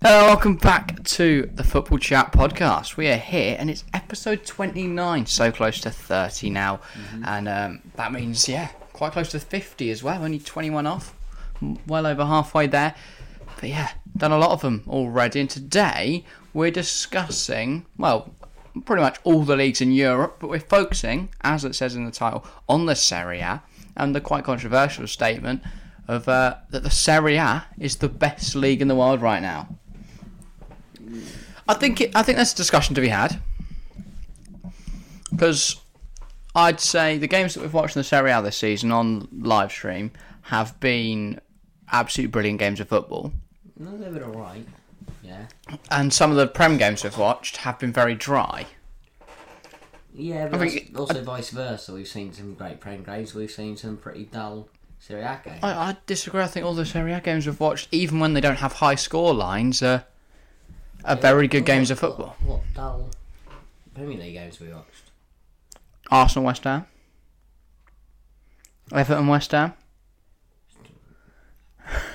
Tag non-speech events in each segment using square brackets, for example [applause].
Hello, welcome back to the Football Chat podcast. We are here, and it's episode twenty-nine, so close to thirty now, and um, that means yeah, quite close to fifty as well. Only twenty-one off, M- well over halfway there. But yeah, done a lot of them already. And today we're discussing well, pretty much all the leagues in Europe, but we're focusing, as it says in the title, on the Serie A and the quite controversial statement of uh, that the Serie A is the best league in the world right now. I think it, I think that's a discussion to be had because I'd say the games that we've watched in the Serie A this season on live stream have been absolute brilliant games of football, No, they were alright. Yeah. and some of the Prem games we've watched have been very dry. Yeah, but think that's also vice versa. We've seen some great prem games, we've seen some pretty dull Serie A games. I, I disagree. I think all the Serie A games we've watched, even when they don't have high score lines, are are very good What- games of what- football. What, dull Premier League games we watched? Arsenal, West Ham, Everton, West Ham.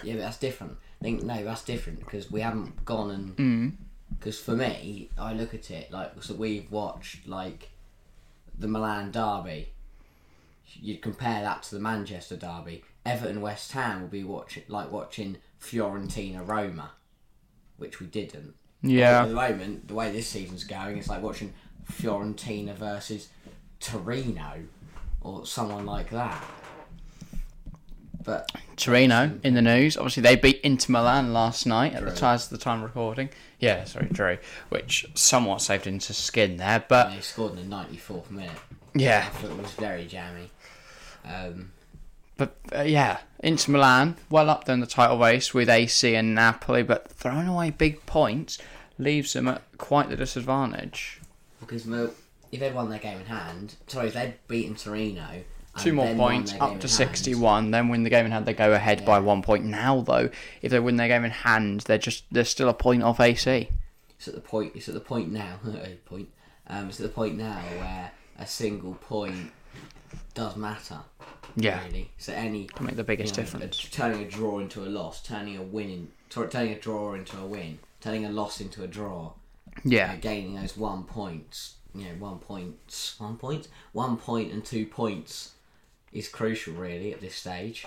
Yeah, but that's different. I think, no, that's different because we haven't gone and. Because for me, I look at it like so we've watched like the Milan derby. You compare that to the Manchester derby. Everton West Ham will be watching like watching Fiorentina Roma, which we didn't. At Yeah, the moment, the way this season's going, it's like watching Fiorentina versus Torino or someone like that. But Torino in the news. Obviously, they beat Inter Milan last night at the Drew. time the time of recording. Yeah, sorry, Drew, which somewhat saved into skin there, but they scored in the 94th minute. I yeah, thought it was very jammy. Um, but uh, yeah, Inter Milan well up there in the title race with AC and Napoli, but throwing away big points leaves them at quite the disadvantage. because well, if they'd won their game in hand, sorry, if they'd beaten Torino. and Two more then won points their game up in to hand, 61, then win the game in hand, they go ahead by one point. Now though, if they win their game in hand, they're just they're still a point off AC. It's at the point. It's at the point now. [laughs] point. Um, it's at the point now where a single point does matter. Yeah, Really. So any to make the biggest you know, difference. a- turning a draw into a loss, turning a win in, tor- turning a draw into a win, turning a loss into a draw, Yeah, uh, gaining those one points, you know, one points, one point, one point and two points is crucial really at this stage.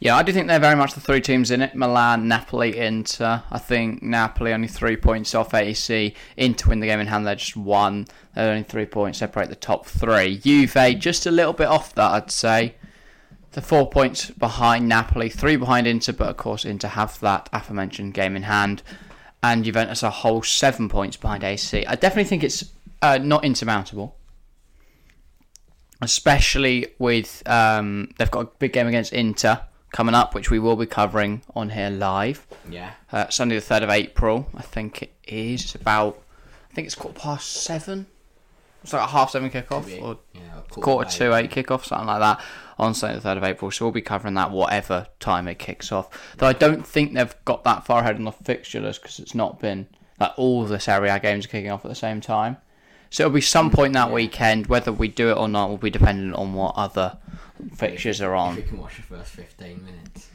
Yeah, I do think they're very much the three teams in it. Milan, Napoli, Inter. I think Napoli only three points off AC. Inter win the game in hand. They're just one. They're only three points separate the top three. Juve just a little bit off that, I'd say. The four points behind Napoli, three behind Inter, but of course Inter have that aforementioned game in hand, and Juventus a whole seven points behind AC. I definitely think it's uh, not insurmountable especially with um, they've got a big game against Inter coming up, which we will be covering on here live Yeah. uh, Sunday the third of April. I think it is It's about I think it's quarter past seven. It's like a half seven kickoff Be- or you know, a quarter, quarter to to eight kickoff, something like that, on Sunday the third of April. So we'll be covering that whatever time it kicks off. Though I don't think they've got that far ahead on the fixture list because it's not been like all the Serie A games are kicking off at the same time. So it'll be some point that weekend. Whether we do it or not will be dependent on what other fixtures are We on. can watch the first fifteen minutes.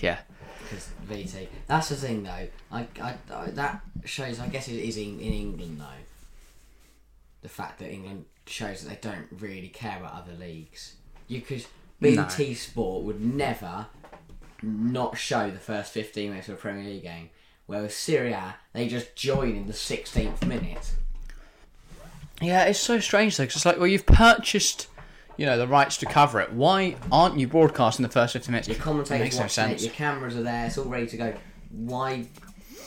Yeah, Because VT. That's the thing, though. I, I, I- that shows. I guess it is in, in England, though. The fact that England shows that they don't really care about other leagues. You could BT Sport would never not show the first fifteen minutes of a Premier League game, whereas Syria they just join in the sixteenth minute. yeah. It's so strange though, 'cause it's like, well, you've purchased. You know the rights to cover it. Why aren't you broadcasting the first fifty minutes? Your It commentators makes no watching sense. it. Your cameras are there. It's all ready to go. Why?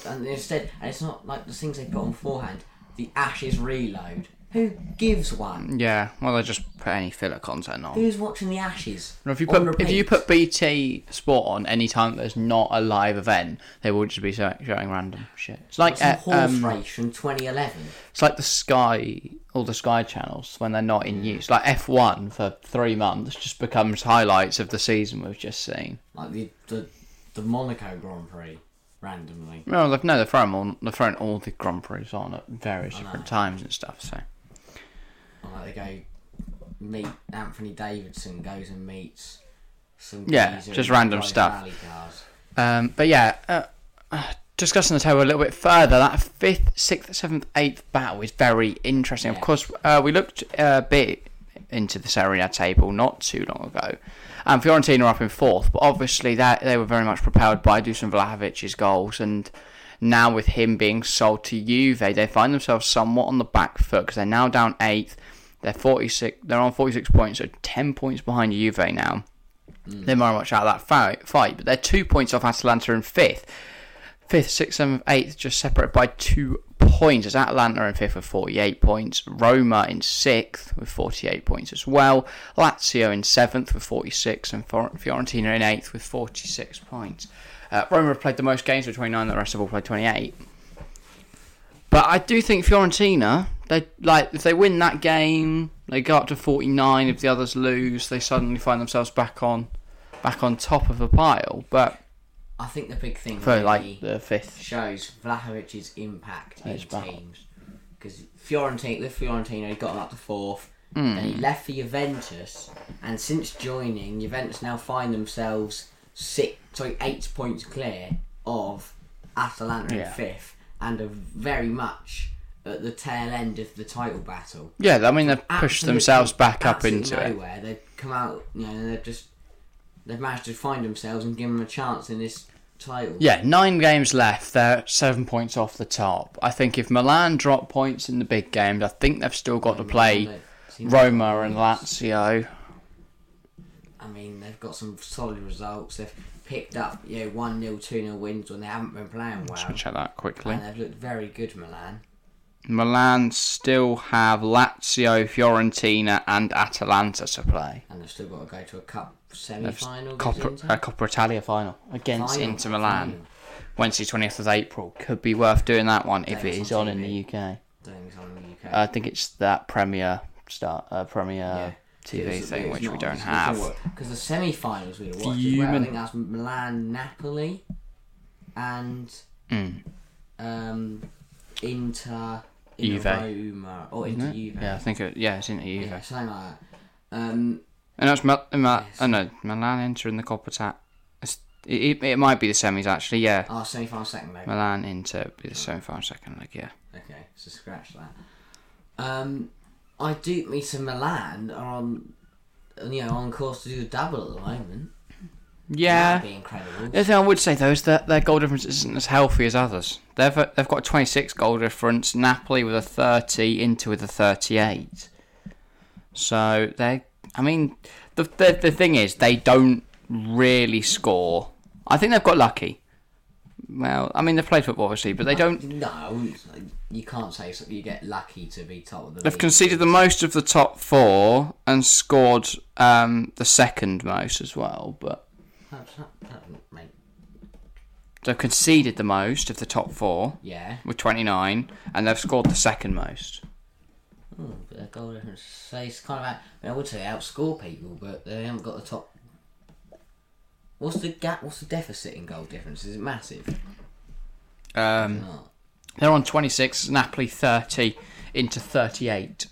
And instead, and it's not like the things they put on beforehand. The Ashes reload. Who gives one? Yeah, well, they just put any filler content on. Who's watching the Ashes? Or If you On put if you repeat? put BT Sport on any time there's not a live event, they will just be show- showing random shit. It's like some uh, horse um, race from 2011. it's like the Sky all the Sky channels when they're not in use. Like F one for three months just becomes highlights of the season we've just seen. Like the the, the Monaco Grand Prix randomly. Well, they've, no, they're throwing all they're throwing all the Grand Prix on at various different times and stuff. So And like they go meet Anthony Davidson goes and meets some Yeah, geezer just in random Rice stuff. Valley cars. Um, but yeah, uh, uh, discussing the table a little bit further, that fifth, sixth, seventh, eighth battle is very interesting. Of Yeah. course, uh, we looked a bit into the Serie A table not too long ago. Um, Fiorentina are up in fourth, but obviously that they were very much propelled by Dusan Vlahovic's goals, and now with him being sold to Juve, they find themselves somewhat on the back foot because they're now down eighth. They're forty six. They're on forty six points, so ten points behind Juve now. They're very much out of that fi- fight, but they're two points off Atalanta in fifth fifth, sixth, seventh, eighth, just separated by two points. As Atlanta in fifth with 48 points, Roma in sixth with 48 points as well, Lazio in seventh with 46, and Fior- Fiorentina in eighth with 46 points. Uh, Roma have played the most games with 29, the rest have all played 28. But I do think Fiorentina, they like if they win that game, they go up to 49. If the others lose, they suddenly find themselves back on, back on top of the pile. But I think the big thing for really like the fifth shows Vlahovic's impact in It's bad. teams. Because Fiorentina, with Fiorentina, he got him up to fourth. Hmm. and Then he left for Juventus, and since joining, Juventus now find themselves six, sorry, eight points clear of Atalanta Yeah. in fifth, and are very much at the tail end of the title battle. Yeah, I mean they've pushed Absolutely- themselves back up absolutely into it. nowhere. They've come out, you know, they've just they've managed to find themselves and give them a chance in this title. Yeah, nine games left. They're seven points off the top. I think if Milan drop points in the big games, I think they've still got to play Roma and Lazio. I mean, they've got some solid results. They've picked up, you know, 1 0, 2 0 wins when they haven't been playing well. Should check that quickly. And they've looked very good, Milan. Milan still have Lazio, Fiorentina, and Atalanta to play. And they've still got to go to a cup semi final. Coppa, uh, Coppa Italia final Hmm. against Final, Inter Milan, final. Wednesday twentieth of April. Could be worth doing that one if it Thanks, is on on in the TV. UK. on the UK. I think it's that Premier start uh, Premier TV thing, which we don't have. Because the semi finals we'd have watched as well. I Fuming. think that's Milan Napoli and Mm. um, Inter. Juve. Inter Roma. Or Inter Juve. Yeah, I think it, yeah, it's in the EU. Yeah, something like that. Um, And that's Mil- Mil- oh no, Milan entering the Coppa Tap. It, it, it might be the semis actually. Yeah, oh, semi final second leg. Milan Inter be the semi-final second leg. Yeah, Okay, so scratch that. Um, I do. Me to Milan are on, you know, on course to do a double at the moment. yeah. that'd be incredible. The other thing I would say though is that their goal difference isn't as healthy as others. They've uh, they've got a 26 goal difference. Napoli with a 30, Inter with a 38. So they, I mean, the the, the thing is they don't really score. I think they've got lucky. Well, I mean they've played football obviously, but they don't. No, I wouldn't say- you can't say so- you get lucky to be top of the They've league. conceded the most of the top four and scored um, the second most as well, but. That- that- that wouldn't make- They've conceded the most of the top four. yeah, with 29, and they've scored the second most. Hmm, but their goal difference. So it's kind of. Out, I, mean, I would say outscore people, but they haven't got the top. What's the gap? What's the deficit in goal difference? Is it massive? Um, Not. they're on 26, Napoli 30, into 38.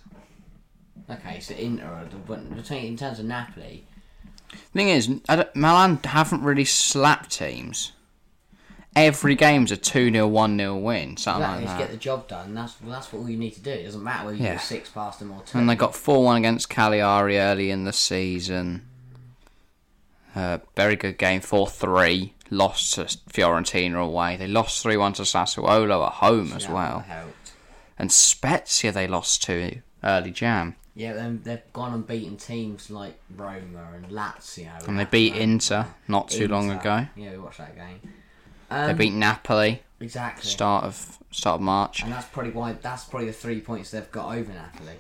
Okay, so Inter, are the- but in terms of Napoli, Thing is, I don't- Milan haven't really slapped teams. Every game's a 2 0, 1 0 win, something That like is that. get the job done. That's well, that's what you need to do. It doesn't matter whether you Yeah. go six past them or two. And they got 4 1 against Cagliari early in the season. Uh, very good game, 4 3. Lost to Fiorentina away. They lost 3 1 to Sassuolo at home as Yeah, well. helped. And Spezia they lost to early jam. Yeah, then they've gone and beaten teams like Roma and Lazio. And they beat Inter not too long Inter. ago. Yeah, we watched that game. They beat Napoli Exactly. start of start of March. And that's probably why. That's probably the three points they've got over Napoli.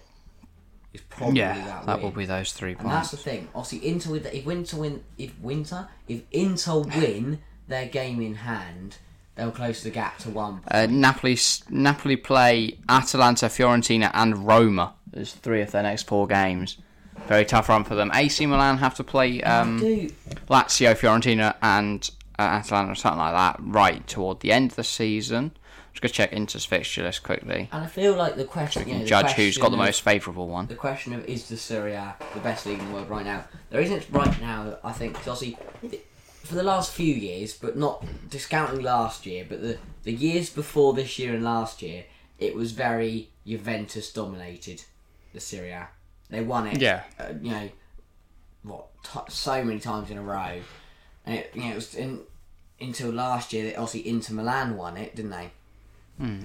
It's probably yeah, that. that, win. will be those three And that's points. the thing. Obviously, Inter with if Winter win if Winter if Inter win their game in hand, they'll close the gap to one. Uh, Napoli s- Napoli play Atalanta, Fiorentina, and Roma. There's three of their next four games. Very tough run for them. AC Milan have to play um, Dude, Lazio, Fiorentina, and uh, Atalanta, or something like that, right toward the end of the season. Just gonna check Inter's fixture list quickly. and I feel like the question. you and know, the judge who's got the question of- most favourable one. the question of is the Serie A the best league in the world right now? There isn't right now. I think 'cause obviously the- for the last few years, but not discounting last year, but the the years before this year and last year, it was very Juventus dominated. The Serie A, they won it. Yeah. uh, you know, what t- so many times in a row, and it, you know, it was in, until last year that obviously Inter Milan won it, didn't they?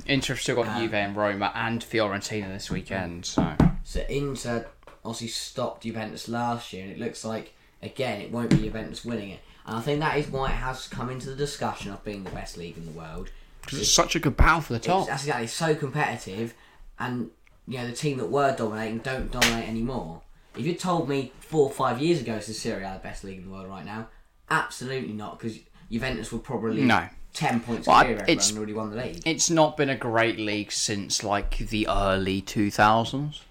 Inter have still Uh, got Juve and Roma and Fiorentina this weekend, so So Inter obviously stopped Juventus last year, and it looks like again it won't be Juventus winning it. And I think that is why it has come into the discussion of being the best league in the world. because it's such a good battle for the top. That's exactly it's so competitive, and you know the team that were dominating don't dominate anymore. If you told me four or five years ago it's the Serie A the best league in the world right now, absolutely not, because Juventus would probably No. ten points I- clear of everyone it's- and already won the league. It's not been a great league since like the early two thousands.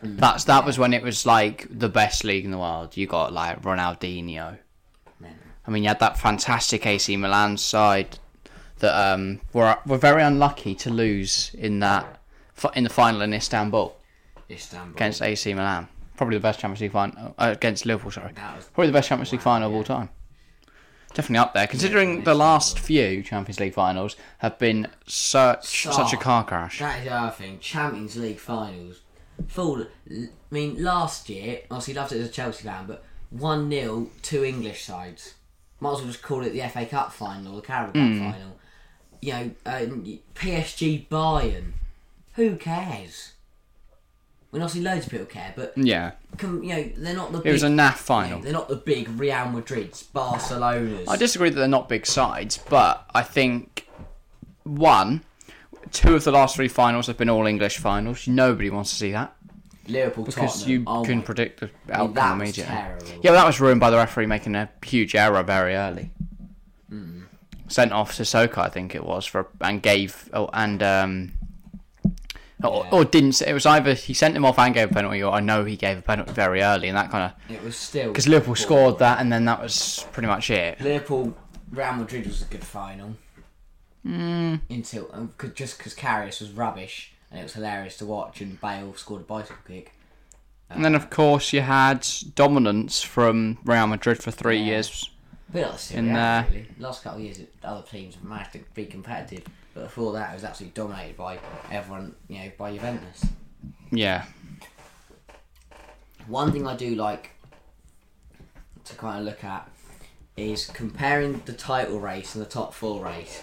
That's that was when it was like the best league in the world. You got like Ronaldinho. Man. I mean, you had that fantastic AC Milan side that um, were were very unlucky to lose in that fi- in the final in Istanbul Istanbul. against AC Milan. Probably the best Champions League final uh, against Liverpool. Sorry, That was- probably the best Champions League final of all time. Definitely up there, considering the last few Champions League finals have been such such a Soft. car crash. That is the other thing. Champions League finals. Full. I mean, last year, obviously, loved it as a Chelsea fan, but 1 0 two English sides. Might as well just call it the FA Cup final, the Carabao Hmm. Cup final. You know, um, PSG Bayern. Who cares? I mean, obviously, loads of people care, but Yeah, com- you know, they're not the. Hmm. it Big, was a NAF you know, final. they're not the big Real Madrids, Barcelonas. I disagree that they're not big sides, but I think one, two of the last three finals have been all English finals. Nobody wants to see that Liverpool, because Tottenham. you oh can my predict the God, that outcome was immediately. terrible. Yeah, but that was ruined by the referee making a huge error very early. Hmm. Sent off Sissoko, I think it was, for and gave oh, and um, or, Yeah. or didn't. say- It was either he sent him off and gave a penalty, or I know he gave a penalty very early, and that kind of It was still. because Liverpool scored that, and then that was pretty much it. Liverpool, Real Madrid was a good final. Mm. Until um, 'cause- just because Carrius was rubbish and it was hilarious to watch, and Bale scored a bicycle kick. And then, of course, you had dominance from Real Madrid for three years. But like the Serie In, A, uh, really. Last couple of years, it- other teams have managed to be competitive, but before that, it was absolutely dominated by everyone. You know, by Juventus. Yeah, One thing I do like to kind of look at is comparing the title race and the top four race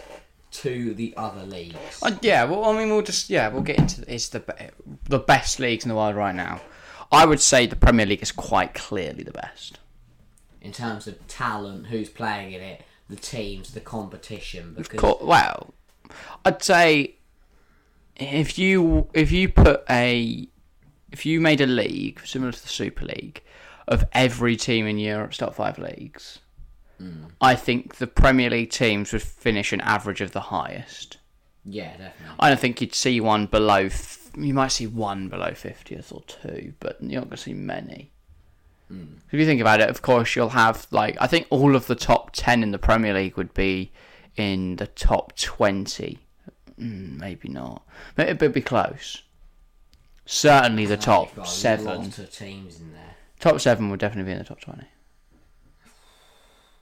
to the other leagues. Uh, yeah. Well, I mean, we'll just yeah, we'll get into it's the be- the best leagues in the world right now. I would say the Premier League is quite clearly the best. in terms of talent, who's playing in it, the teams, the competition. Because Co- Well, I'd say if you if you put a if you made a league similar to the Super League of every team in Europe's top five leagues, I think the Premier League teams would finish an average of the highest. yeah, definitely. I don't think you'd see one below. F- you might see one below fiftieth or two, but you're not going to see many. Hmm. If you think about it, of course you'll have like I think all of the top ten in the Premier League would be in the top twenty. Mm, maybe not, but it'd be close. Certainly the Ah, You've got top a seven. lot of teams in there. Top seven would definitely be in the top twenty.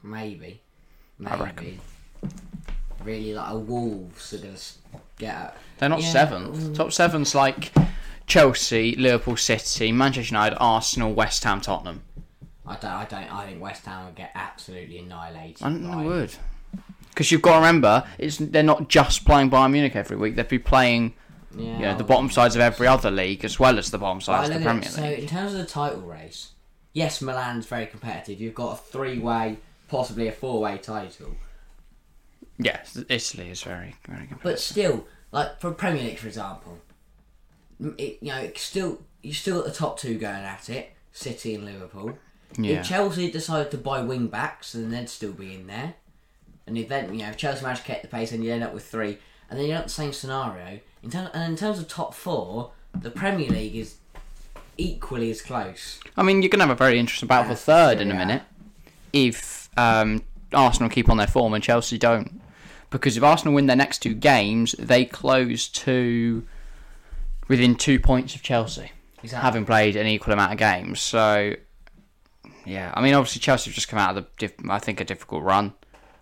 Maybe, maybe. Really, like a Wolves are gonna s- get. Out. They're not Yeah. Mm. seventh. Top seven's like Chelsea, Liverpool, City, Manchester United, Arsenal, West Ham, Tottenham. I don't. I don't. I think West Ham will get absolutely annihilated. I don't know by- would. Because you've got to remember, it's they're not just playing Bayern Munich every week. They'd be playing, Yeah, you know, the I- bottom sides of every other league as well as the bottom I sides of look the at, Premier it- so League. in terms of the title race, yes, Milan's very competitive. You've got a three-way, possibly a four-way title. Yes, Italy is very, very good. But still, like for Premier League, for example, m- it, you know, it's still you still at the top two going at it, City and Liverpool. Yeah. If Chelsea decided to buy wing backs, then they'd still be in there. And if then you know if Chelsea managed to keep the pace, then you end up with three, and then you're not the same scenario. In terms and in terms of top four, the Premier League is equally as close. I mean, you're going to have a very interesting battle for third in a Yeah. minute if um, Arsenal keep on their form and Chelsea don't. Because if Arsenal win their next two games, they close to within two points of Chelsea, Exactly. having played an equal amount of games. So Yeah, I mean, obviously Chelsea have just come out of the, diff- I think, a difficult run.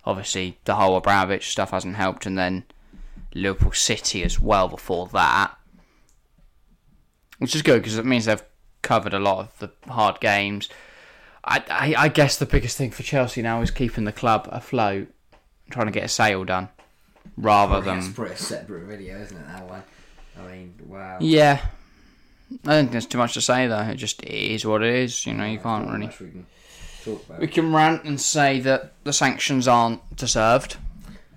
Obviously, the whole Abramovich stuff hasn't helped, and then Liverpool City as well before that, which is good because it means they've covered a lot of the hard games. I, I, I guess the biggest thing for Chelsea now is keeping the club afloat, trying to get a sale done, rather I mean, than That's pretty separate video, isn't it? That one. I mean, wow. yeah. I don't think there's too much to say though. It just it is what it is. You know, you can't really. Much we can talk about. We can rant and say that the sanctions aren't deserved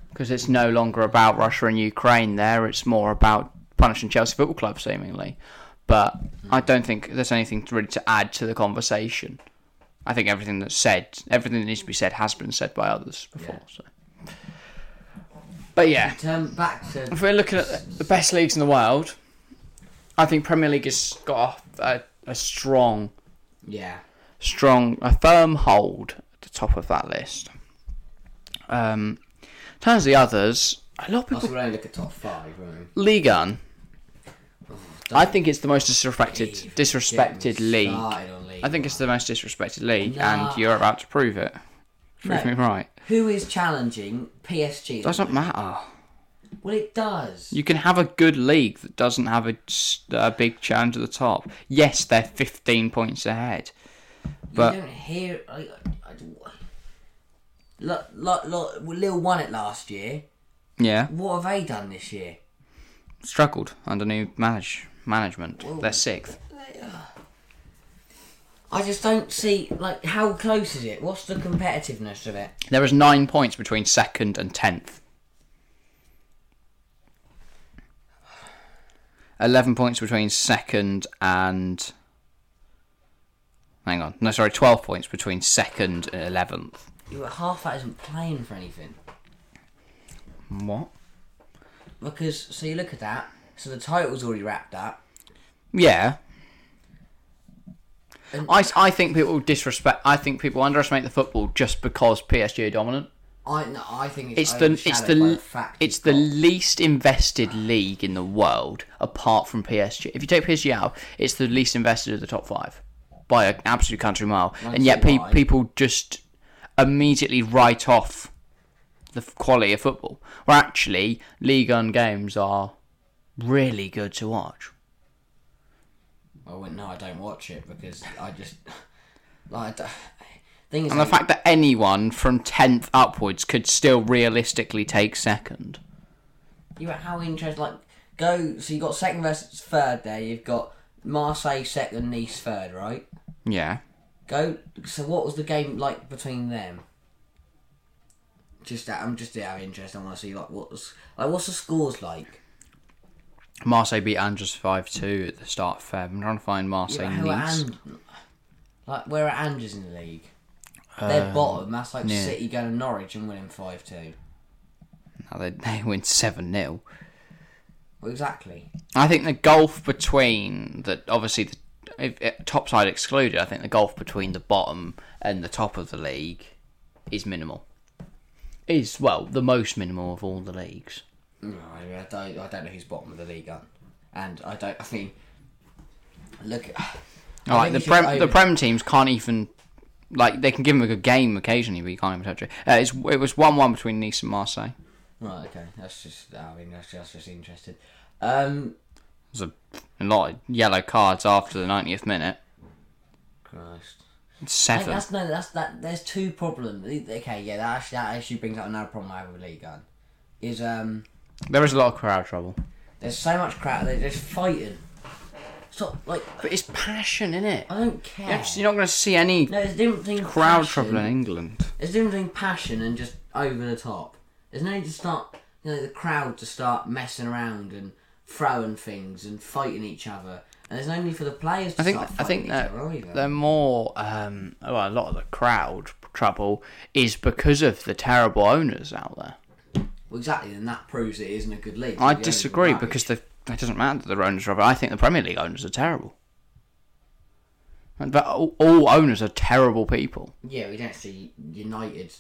because it's no longer about Russia and Ukraine there. It's more about punishing Chelsea Football Club, seemingly. But I don't think there's anything to really to add to the conversation. I think everything that's said, everything that needs to be said, has been said by others before. So. But yeah, Turn back to if we're looking at the best leagues in the world, I think Premier League has got a, a, a strong yeah. strong, a firm hold at the top of that list. Um, in terms of the others, a lot of That's people. we're only look at top five, right? League One, Don't I think it's the most disrespected, even get me disrespected league. started on league I think it's the most disrespected league, Nah. and you're about to prove it. Prove No. me right. Who is challenging PSG? Doesn't matter. Well, it does. You can have a good league that doesn't have a, s- a big challenge at the top. Yes, they're 15 points ahead. But- you don't hear. I, I, I don't- Look, look, look, well, Lille won it last year. Yeah, What have they done this year? struggled under new manage management. They're sixth. I just don't see like how close is it? What's the competitiveness of it? There is nine points between second and tenth. Eleven points between second and. Hang on. No, sorry, 12 points between second and 11th. You half that isn't playing for anything What? because so you look at that. So the title's already wrapped up. Yeah. And- I, I think people disrespect. I think people underestimate the football just because PSG are dominant. I no, I think It's it's, the it's overshadowed by the fact it's you've the got- least invested league in the world apart from PSG. If you take PSG out, it's the least invested of the top five by an absolute country mile, and yet pe- see why. people just immediately write off the f- quality of football. Where actually, league on games are really good to watch. I wouldn't know. I don't watch it because I just [laughs] like I don't- [sighs] thing is And the like, fact that anyone from tenth upwards could still realistically take second. you how interested like go. So you got second versus third there. You've got Marseille second, Nice third, right? Yeah. Go. So what was the game like between them? Just that I'm just out of interest. I want to see like what's like what's the scores like. Marseille beat Angers 5 2 at the start of Feb. I'm trying to find Marseille Who are Nice. And, like where are Angers in the league? They're bottom. That's like City going to Norwich and winning five two. Now they, [laughs] they win 7 0. Exactly. I think the gulf between the obviously the if, if, top side excluded. I think the gulf between the bottom and the top of the league is minimal. Is well the most minimal of all the leagues. No, I, mean, I don't. I don't know who's bottom of the league on, and I don't. I mean, look. [sighs] I All right, think the you should prem the over- prem teams can't even like they can give them a good game occasionally, but you can't even touch it. Uh, it's, it was one one between Nice and Marseille. Right. Okay. That's just. I mean, that's just, that's just interesting. Um. There's a, a lot of yellow cards after the 90th minute. Christ. I think Seven. that's no. That's that. There's two problems. Okay. Yeah. That actually, that actually brings up another problem I have with league on, is um. There is a lot of crowd trouble. There's so much crap. They're just fighting. It's not like But it's passion, isn't it? I don't care. You're not going to see any Oh, no, there's a different thing. crowd passion. trouble in England. There's a difference between passion and just over the top. There's no need to start, you know, the crowd to start messing around and throwing things and fighting each other. And there's no need for the players to I think start I fighting think that each other either. they're more. Um, well, a lot of the crowd trouble is because of the terrible owners out there. Well, exactly, then that proves it isn't a good league. I The owners disagree are because the it doesn't matter that the owners are. rubbish. I think the Premier League owners are terrible. And- But all, all owners are terrible people. rubbish. yeah, we don't see United,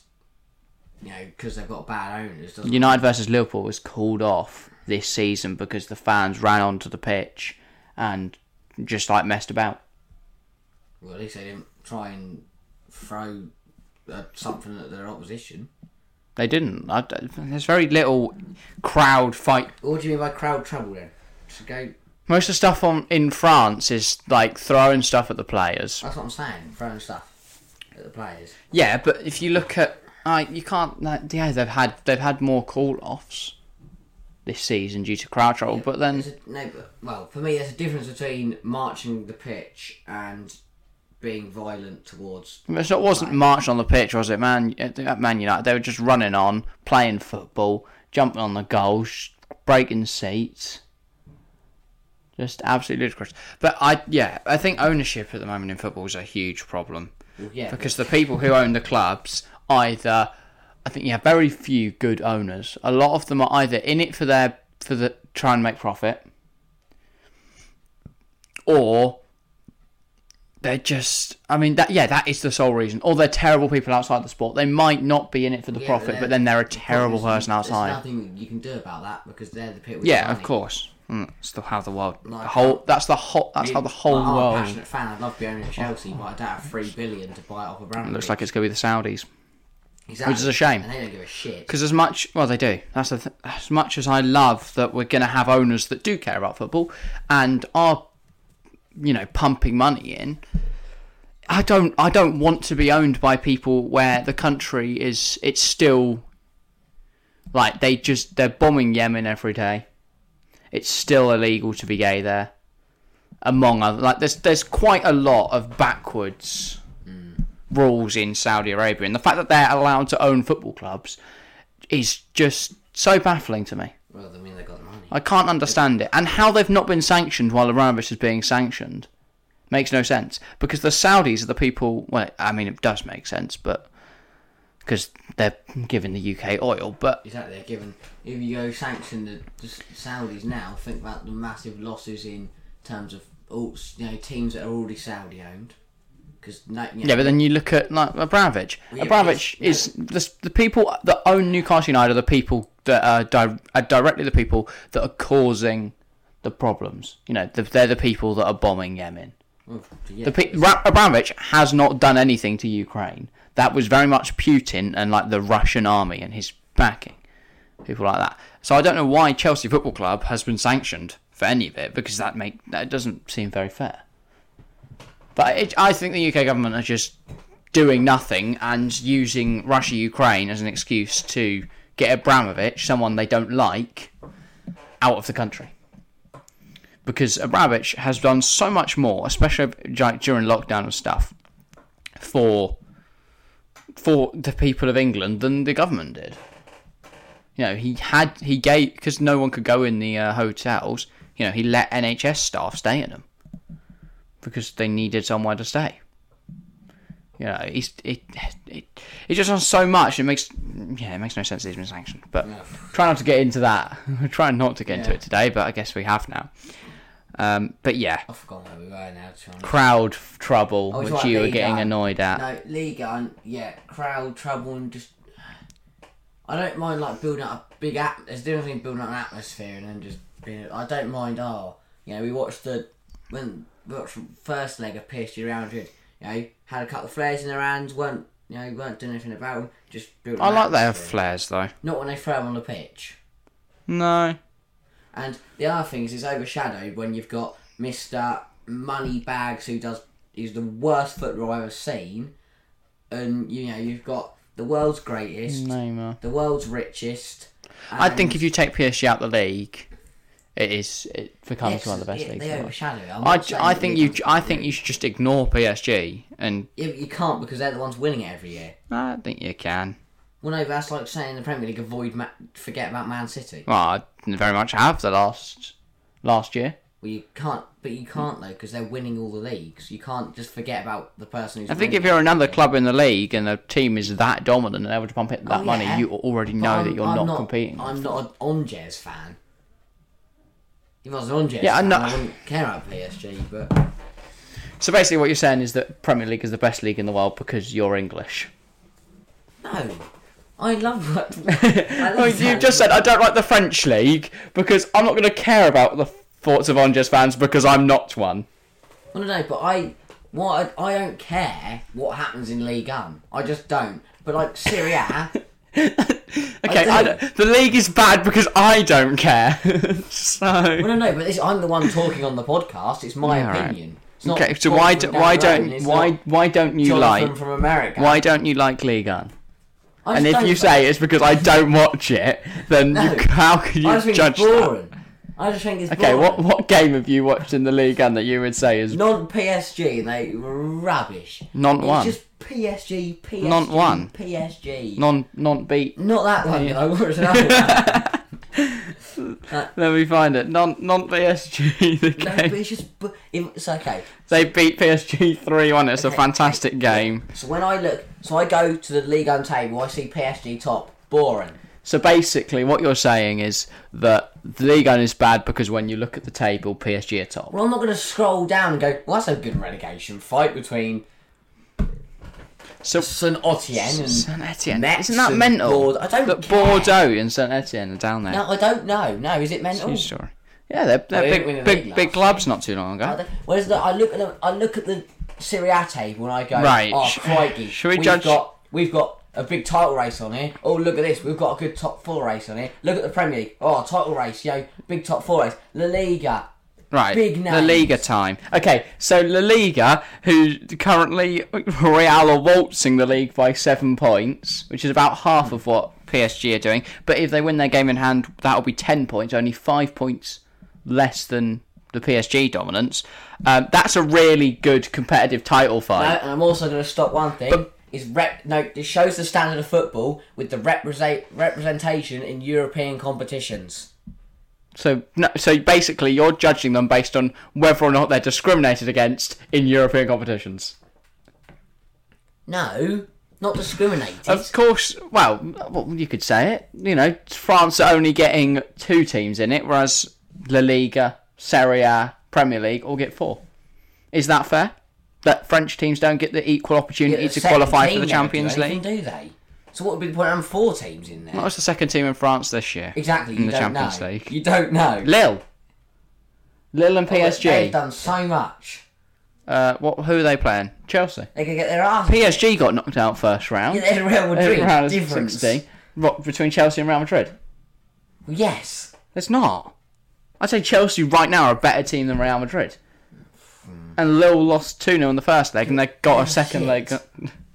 you know, because they've got bad owners. Doesn't United versus Liverpool was called off this season because the fans ran onto the pitch and just like messed about. Well, at least they didn't try and throw uh, something at their opposition. They didn't. I, don't- there's very little crowd fight. What do you mean by crowd trouble then? To go, Most of the stuff on in France is like throwing stuff at the players. that's what I'm saying, throwing stuff at the players. Yeah, but if you look at, uh, you can't. Like, yeah, they've had they've had more call offs this season due to crowd trouble. But then There's a, no, but, well, for me, there's a difference between marching the pitch and being violent towards. It sort of wasn't march on the pitch, was it, man? At Man United, they were just running on, playing football, jumping on the goals, breaking seats. Just absolutely ludicrous. But I, yeah, I think ownership at the moment in football is a huge problem Well, yeah, because the people who own the clubs either, I think, yeah, very few good owners. A lot of them are either in it for their for the try and make profit, or they're just i mean that yeah that is the sole reason or they're terrible people outside the sport they might not be in it for the Yeah, profit they're- but then they're a the terrible problem is person you- outside There's nothing you can do about that because they're the people. with yeah the of money. course mm, it's the how the world the Like- whole that's the whole that's how the whole Like, I'm a world passionate fan. I'd love to be owning Chelsea, but I don't have three billion to buy it off a brand. looks like it's going to be the saudis exactly. which is a shame. And they don't give a shit. because as much well they do that's the th- as much as i love that we're going to have owners that do care about football and are you know pumping money in i don't i don't want to be owned by people where the country is it's still like they just they're bombing yemen every day it's still illegal to be gay there among other like there's there's quite a lot of backwards rules in Saudi Arabia, and the fact that they're allowed to own football clubs is just so baffling to me. Well, I mean they got the money. I can't understand it, and how they've not been sanctioned while Abramovich is being sanctioned makes no sense because the Saudis are the people. Well, I mean it does make sense, but because they're giving the UK oil, but Exactly, they're given. If you go sanction the, the Saudis now, think about the massive losses in terms of all you know teams that are already Saudi owned. Because no, you know, Yeah, but then you look at like Abramovich. Well, yeah, Abramovich but it's- is the, the people that own Newcastle United are the people that are, di- are directly the people that are causing the problems. You know, the, they're the people that are bombing Yemen. well, yeah, The pe- Ra- Abramovich has not done anything to Ukraine. That was very much Putin and like the Russian army and his backing, people like that. So I don't know why Chelsea Football Club has been sanctioned for any of it because that make that doesn't seem very fair. But it, I think the UK government are just doing nothing and using Russia Ukraine as an excuse to get Abramovich, someone they don't like, out of the country because Abramovich has done so much more, especially like during lockdown and stuff, for for the people of England than the government did. You know, he had he gave because no one could go in the uh, hotels. You know, he let NHS staff stay in them because they needed somewhere to stay. You know, he's, it, it it just does so much. It makes yeah, it makes no sense. that He's been sanctioned, but No. try not to get into that. [laughs] try not to get into Yeah. it today, but I guess we have now. Um, but yeah, I've forgotten where we were now. To be honest. crowd trouble, Oh, it's which like you were being getting done. annoyed at. No, league on, yeah, crowd trouble and just. I don't mind like building up a big at. There's a difference between building up an atmosphere and then just being. I don't mind. Oh, you know, we watched the when we watched the first leg of PSG Real Madrid. You know, had a couple of flares in their hands. weren't you know weren't doing anything about them. Just built. I an like their atmosphere. flares though. Not when they throw 'em on the pitch. No, And the other thing is, it's overshadowed when you've got Mister Moneybags, who does is the worst football I've ever seen, and you know you've got the world's greatest, Neymar. the world's richest. Mm. I think if you take PSG out the league, it is it becomes it's, one of the best it- leagues. they in the world. overshadow. it. I'm I, not saying I that think we you can't- I think you should just ignore PSG and Yeah, but you can't because they're the ones winning it every year. I think you can. Well, no, that's like saying in the Premier League, avoid Ma- forget about Man City. Well, I very much have the last last year. Well, you can't, but you can't though because they're winning all the leagues. You can't just forget about the person who's. I think if winning you're another club in the league and the team is that dominant and able to pump it that Oh, money, yeah. you already But know I'm- that you're I'm not, competing. I'm not an Onjez fan. If I was an Onjez Yeah, I fan, know- I wouldn't care about PSG, but So basically, what you're saying is that Premier League is the best league in the world because you're English. no. I love what. [laughs] I love Well, you that. just said I don't like the French league because I'm not going to care about the thoughts of Angers fans because I'm not one. Well, no, no, but I What I don't care what happens in League One. I just don't. But like [laughs] Serie A, Okay, I do. don't- the league is bad because I don't care. [laughs] so well, no, no. But this, I'm the one talking on the podcast. It's my Yeah, all right. opinion. It's not okay, so talking why from do, down why the road, and don't it's why not why don't you Jonathan like from America? why don't you like League On? I And just if don't- you say it's because I don't watch it, then No. you, how can you I just think judge it's that? boring. I just think it's Okay, boring. what what game have you watched in the league and that you would say is Non PSG, they were rubbish. non It's one, just PSG, PSG, Not one. PSG. non non beat? Not that one. I [laughs] watched [laughs] another one. Let me find it. Non non PSG [laughs] the No, game. but it's just bu- it's okay. They beat PSG three one. It's a Okay, fantastic game. So when I look, so I go to the league on table, I see PSG top, boring. So basically, what you're saying is that the league on is bad because when you look at the table, PSG are top. Well, I'm not going to scroll down and go, well, that's a good relegation fight between So St. Ottien and Saint Etienne, Metz isn't that and mental? Bordeaux. I don't That care. Bordeaux and Saint Etienne are down there. No, I don't know. No, is it mental? True story. Yeah, they're, they're They didn't win the big, big, league last big year. Oh, clubs not too long ago. Whereas the, I look at the, I look at the Serie A table and I go, Right, oh sh- crikey, shall we have judge- Got, we've got a big title race on here. Oh look at this, we've got a good top four race on here. Look at the Premier League. Oh title race, yo, big top four race. La Liga. Right, Big La names. Liga time. Okay, so La Liga, who currently Real are waltzing the league by seven points, which is about half of what PSG are doing. But if they win their game in hand, that'll be ten points, only five points less than the PSG dominance. Um, that's a really good competitive title No, fight. Uh, and I'm also going to stop one thing. is rep no? This shows the standard of football with the represent representation in European competitions. So, no, so basically, you're judging them based on whether or not they're discriminated against in European competitions. No, not discriminated. Of course, well, well, you could say it. You know, France are only getting two teams in it, whereas La Liga, Serie A, Premier League all get four. Is that fair? That French teams don't get the equal Yeah, opportunity the to second qualify for team the never do Champions anything, League? do they? So what would be the point of having four teams in there? What was the second team in France this year? Exactly, you in the don't Champions know. League. You don't know. Lille, Lille and They've PSG. done so much. uh, what? Who are they playing? Chelsea. They could get their ass. PSG got knocked out first [laughs] round. They're Real Madrid. Round of difference. 16. What between Chelsea and Real Madrid? Yes. There's not. I'd say Chelsea right now are a better team than Real Madrid. And Lille lost 2 0 in the first leg and they got a second Oh, shit. leg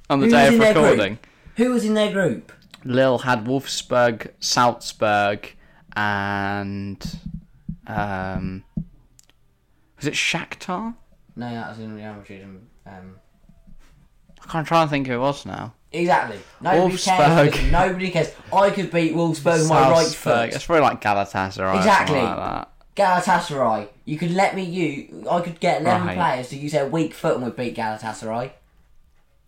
on the Who day was of in their group? recording. Who was in their group? Lille had Wolfsburg, Salzburg, and. Um, was it Shakhtar? No, that was in Real Madrid. And, um, I can't try and think who it was now. exactly. Nobody Wolfsburg. cares. [laughs] Nobody cares. I could beat Wolfsburg with my right Salzburg. foot. It's probably like Galatasaray. Exactly. Exactly. Like that. Galatasaray. You could let me use. I could get eleven Right. players to use their weak foot and we'd beat Galatasaray.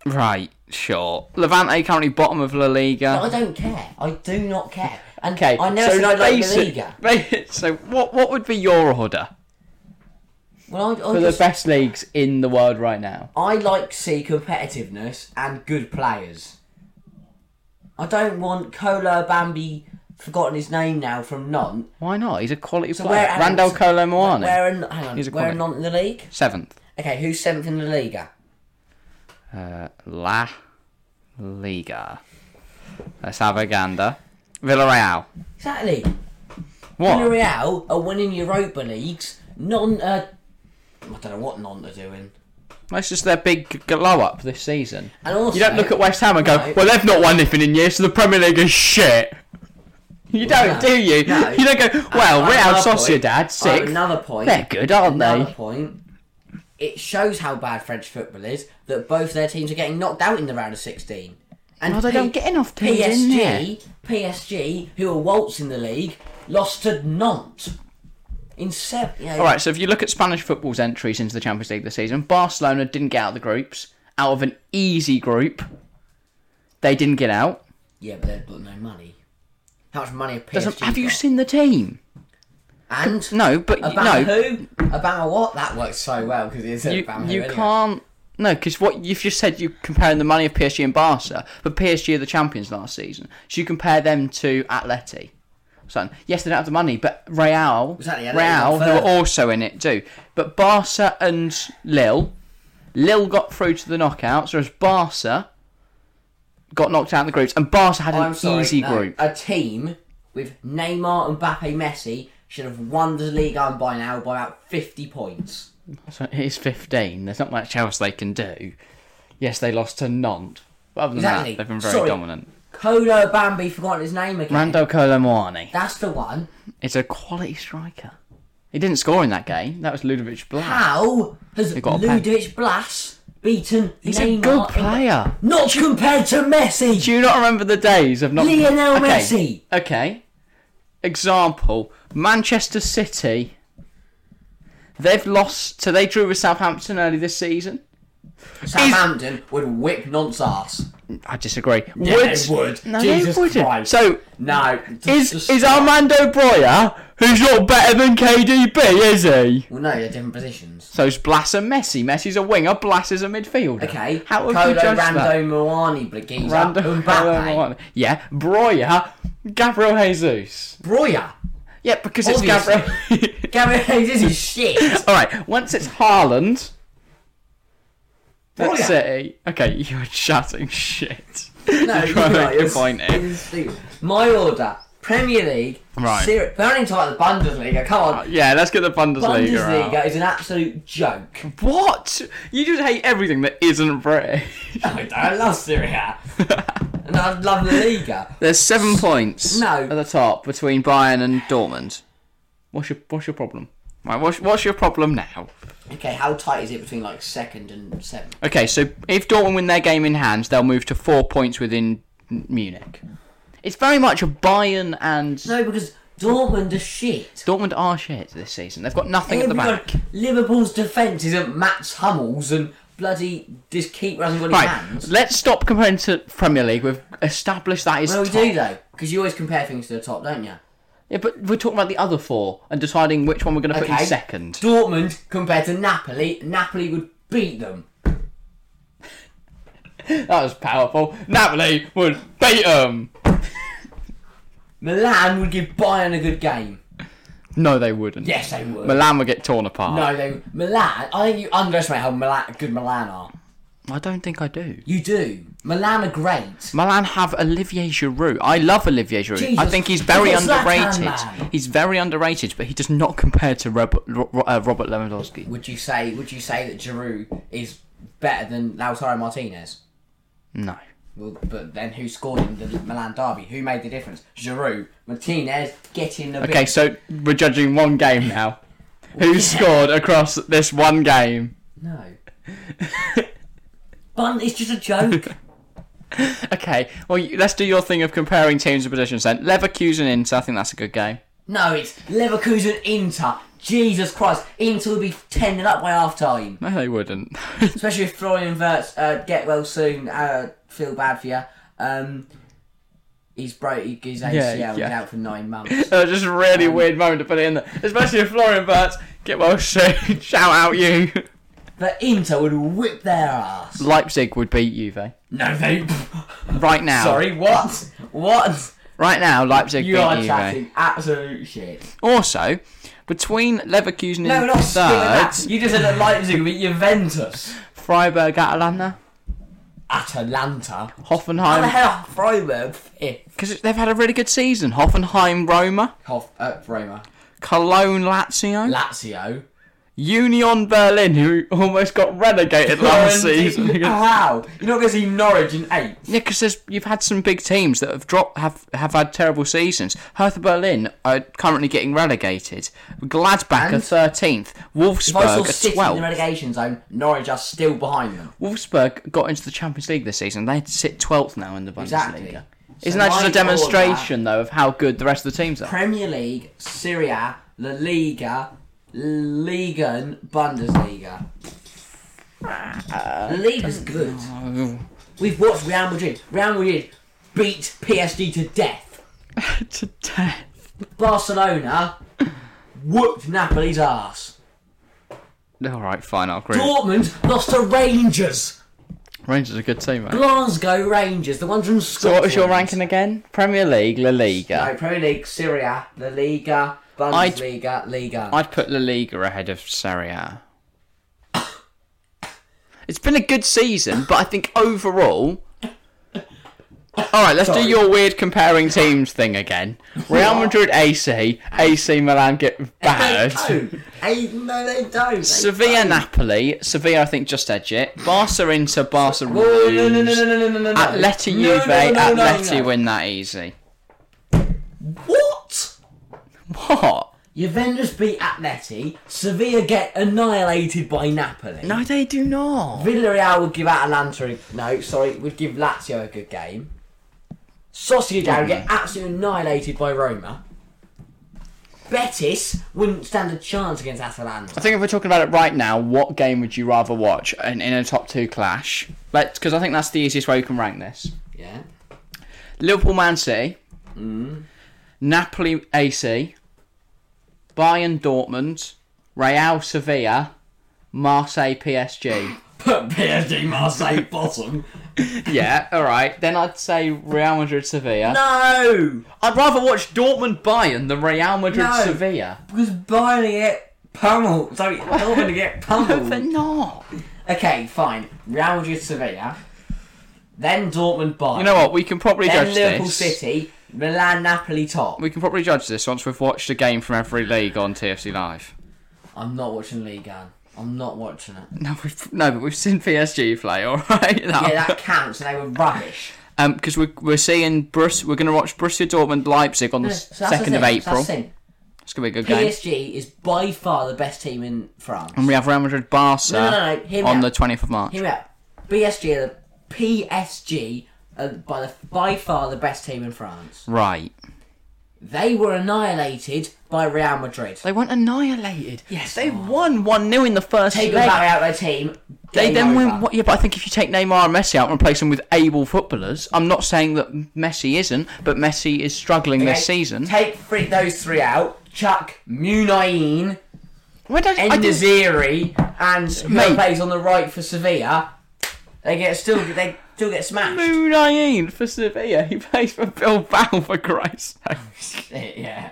Right, sure. Levante currently bottom of La Liga. I don't care. I do not care. And Uh. Okay, I never so said I like the basic- Liga. ba- So what what would be your order Well, I, I for just, the best leagues in the world right now? I like to see competitiveness and good players. I don't want Kola Bambi, forgotten his name now, from Nantes. Why not? He's a quality player. where- and- Randall Colo Where in, hang on, He's a where in quality. Nantes in the league? seventh. Okay, who's seventh in the Liga? Uh, La Liga. Let's have a gander. Villarreal. Exactly. What? Villarreal are winning Europa Leagues. Non, uh, I don't know what Nantes are doing. That's just their big glow up this season. And also, You don't look at West Ham and go, No. well, they've not won anything in years, so the Premier League is shit. You don't, No. do you? No. You don't go, well, I Real have another point. I Sociedad, have sixth. Another point. They're good, aren't Another they? point. It shows how bad French football is that both their teams are getting knocked out in the round of 16. And Well, they don't get enough teams in PSG, PSG, who are waltzing the league, lost to Nantes in seven. You know, All right, so if you look at Spanish football's entries into the Champions League this season, Barcelona didn't get out of the groups. Out of an easy group, they didn't get out. Yeah, but they've got no money. How much money have PSG Doesn't- have you got? seen the team? And No, but y- about no, who? About what? That works so well because it's you, about who. you anyway. can't. No, because what you've just said, you're comparing the money of PSG and Barca, but PSG are the champions last season. So you compare them to Atleti. So, yes, they don't have the money, but Real, Exactly, Atleti Real, got who are third. also in it too. But Barca and Lille Lille got through to the knockouts, whereas Barca got knocked out in the groups, and Barca had an I'm sorry. easy no. group. A team with Neymar, Mbappe, Messi should have won the league on by now by about 50 points. So it is 15. There's not much else they can do. Yes, they lost to Nantes. But other than Exactly. that, they've been very Sorry. dominant. Kolo Bambi, forgotten his name again. Rando Colomwani That's the one. is a quality striker. He didn't score in that game. That was Ludovic Blas. How has got a pen. Ludovic Blas beaten He's Neymar? a good in- player. Not compared to Messi. Do you not remember the days of not Lionel okay. Messi. Okay. Example: Manchester City. They've lost. So they drew with Southampton early this season. Southampton would whip Non's ass. I disagree. they would. No, Jesus they wouldn't. Christ. So No. is just- is Armando Breuer, who's not better than KDB, is he? Well, no, they're different positions. So it's Blas and Messi. Messi's a winger. Blas is a midfielder. Okay. How have Kolo, you judged Rando, that? Moani, Blagiza, [laughs] Rando, Mbappe, Rando- yeah, Breuer, Gabriel Jesus. Breuer. Yeah, because it's Obviously. Gabriel. [laughs] Gary Hayes is shit. All right. Once it's Haaland, Breuer. that's City. Okay, [laughs] you're chatting shit. No, You're trying to make your it's- point eh? here. it's stupid. My order: Premier League. Right. Uh, Ser- they're only tied to the Bundesliga. Come on, Yeah, let's get the Bundesliga, out. Bundesliga is an absolute joke. What? You just hate everything that isn't British. I, don't- [laughs] I love Syria, and I love La Liga. There's seven points no. at the top between Bayern and Dortmund. What's your What's your problem? Right, what's, what's your problem now? Okay, how tight is it between like second and seventh? Okay, so if Dortmund win their game in hand, they'll move to four points within M- Munich. It's very much a Bayern and No, because Dortmund are shit. Dortmund are shit this season. They've got nothing at the Everyone- back. Liverpool's defence isn't Max Hummels and bloody just keep running on his Right, hands. let's stop comparing to Premier League. We've established that is Well, we top. do though, because you always compare things to the top, don't you? Yeah, but we're talking about the other four and deciding which one we're going to put Okay. in second. Dortmund compared to Napoli, Napoli would beat them. That was powerful. Napoli would beat them. Milan would give Bayern a good game. No, they wouldn't. Yes, they would. Milan would get torn apart. no, they Milan. I think you underestimate how Milan, good Milan are. I don't think I do. You do. Milan are great. Milan have Olivier Giroud. I love Olivier Giroud. I Jesus, think he's very look at Zlatan, underrated. man. he's very underrated, but he does not compare to Robert, Ro- Ro- uh, Robert Lewandowski. Would you say? Would you say that Giroud is better than Lautaro Martinez? No. Well, but then who scored in the Milan derby? Who made the difference? Giroud, Martinez, get in the Okay, bit. so we're judging one game [laughs] now. Who scored across this one game? No. Bun, it's just [laughs] a joke. Okay, well, you- let's do your thing of comparing teams and positions then. Leverkusen Inter, I think that's a good game. No, it's Leverkusen Inter. Jesus Christ, Inter will be 10 up by half time. No, they wouldn't. [laughs] Especially if Florian Verts uh, get well soon. Uh, feel bad for you. Um, he's broke. he- His ACL he's yeah. out for nine months. That was just a really Um, weird moment to put it in there. Especially if Florian Verts get well soon. [laughs] Shout out you. But Inter would whip their ass. Leipzig would beat Juve. No, they. [laughs] Right now. Sorry, what? What? Right now, Leipzig You beat are Juve. chatting absolute shit. Also, between Leverkusen and No, not spit third, that. You just said that Leipzig would beat Juventus. Freiburg, Atalanta, Atalanta. How the Hoffenheim. hell Freiburg fifth? Because they've had a really good season. Hoffenheim, Roma, Hoff, uh, Roma. Cologne, Lazio, Lazio. Union Berlin, who almost got relegated last season. [laughs] yeah, Wow. You're not going to see Norwich in eight. because you've had some big teams that have dropped, have have had terrible seasons. Hertha Berlin are currently getting relegated. Gladbach are And? thirteenth. If I saw Wolfsburg are City in the twelfth. relegation zone, Norwich are still behind them. Wolfsburg got into the Champions League this season. They sit 12th now in the Bundesliga. Exactly. Isn't So that just my a demonstration, though, of how good the rest of the teams are? Premier League, Serie A, La Liga, Liga and Bundesliga. Ah, La Liga's good. Oh. We've watched Real Madrid. Real Madrid beat PSG to death. [laughs] to death. [laughs] Barcelona whooped Napoli's ass. All right, fine, I'll agree. Dortmund lost to Rangers. Rangers are a good team, mate. Glasgow Rangers, the ones from So Scotland. what was your ranking again? Premier League, La Liga. No, Premier League, Serie A, La Liga, Bundesliga, Liga. I'd put La Liga ahead of Serie A. It's been a good season, but I think overall. All right, let's do your weird comparing teams thing again. Real Madrid AC, AC Milan get They battered. don't. They- no, they don't. They Sevilla don't. Napoli, Sevilla I think just edge it. Barca Inter, Barca Whoa, lose. Oh, no, no, no, no, no, no, no, no. Atleti No, no, Juve, no, no, no, Atleti no. win that easy. What? What? Juventus beat Atleti. Sevilla get annihilated by Napoli. No, they do not. Villarreal would give Atalanta a, no, sorry, would give Lazio a good game. Sociedad would get absolutely annihilated by Roma. Betis wouldn't stand a chance against I Atalanta. think if we're talking about it right now, what game would you rather watch in, in a top two clash? Let's, because I think that's the easiest way we can rank this. Yeah. Liverpool, Man City, Hmm. Napoli, AC, Bayern, Dortmund, Real, Sevilla, Marseille, [laughs] PSG. Put PSG [laughs] Marseille bottom. yeah, all right. Then I'd say Real Madrid, Sevilla. No, I'd rather watch Dortmund, Bayern than Real Madrid, No. Sevilla. because Bayern get pummeled. Sorry, [laughs] Dortmund get But pummeled. not. okay, fine. Real Madrid Sevilla, then Dortmund Bayern. You know what? We can probably Then judge Liverpool this. City, Milan Napoli top. We can probably judge this once we've watched a game from every league on TFC Live. I'm not watching League One. I'm not watching it. [laughs] No, we've, no, but we've seen PSG play. [laughs] All right. Yeah, that counts, and they were rubbish. because Um, we're, we're seeing Bruce, we're going to watch Borussia Dortmund Leipzig on the So [laughs] that's second the of thing, April. So that's It's going to be a good the thing. game. PSG is by far the best team in France. And we have Real Madrid Barca No, no, no, hear me on out. the twentieth of March. Hear me out. PSG are the PSG are by the by far the best team in France. Right. They were annihilated by Real Madrid. They weren't annihilated. Yes, they they are. won one 0 in the first Take leg. Mbappe out of their team. They game then over. went. What, yeah, but I think if you take Neymar and Messi out and replace them with able footballers, I'm not saying that Messi isn't, but Messi is struggling Okay, this season. Take three, those three out. Chuck Munain, Where did I- I didn't- Endaziri, and Mate. who plays on the right for Sevilla. They get still they still get smashed. Munayin for Sevilla. He plays for Bilbao for Christ's sake. [laughs] yeah.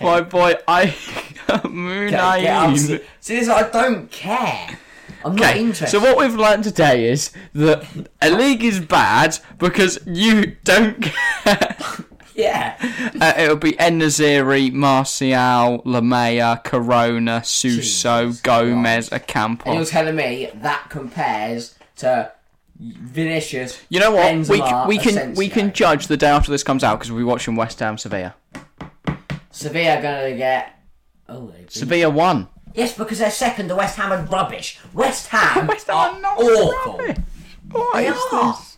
My boy, I [laughs] Okay, get out. See, Munayin. this is I don't care. I'm not Okay, interested. so what we've learned today is that a league is bad because you don't [laughs] care. Yeah. Uh, it'll be Ennaziri, Martial, Lemea, Corona, Suso, Jesus Gomez, You're Acampo. telling me that compares to Vinicius. You know what? We, Benzema, we can we can Asensio. judge the day after this comes out because we'll be watching West Ham Sevilla. Sevilla are gonna get. Oh, they beat- Sevilla won. yes, because they're second to West Ham and rubbish. West Ham. [laughs] West Ham are are not awful. rubbish. What They is are. this?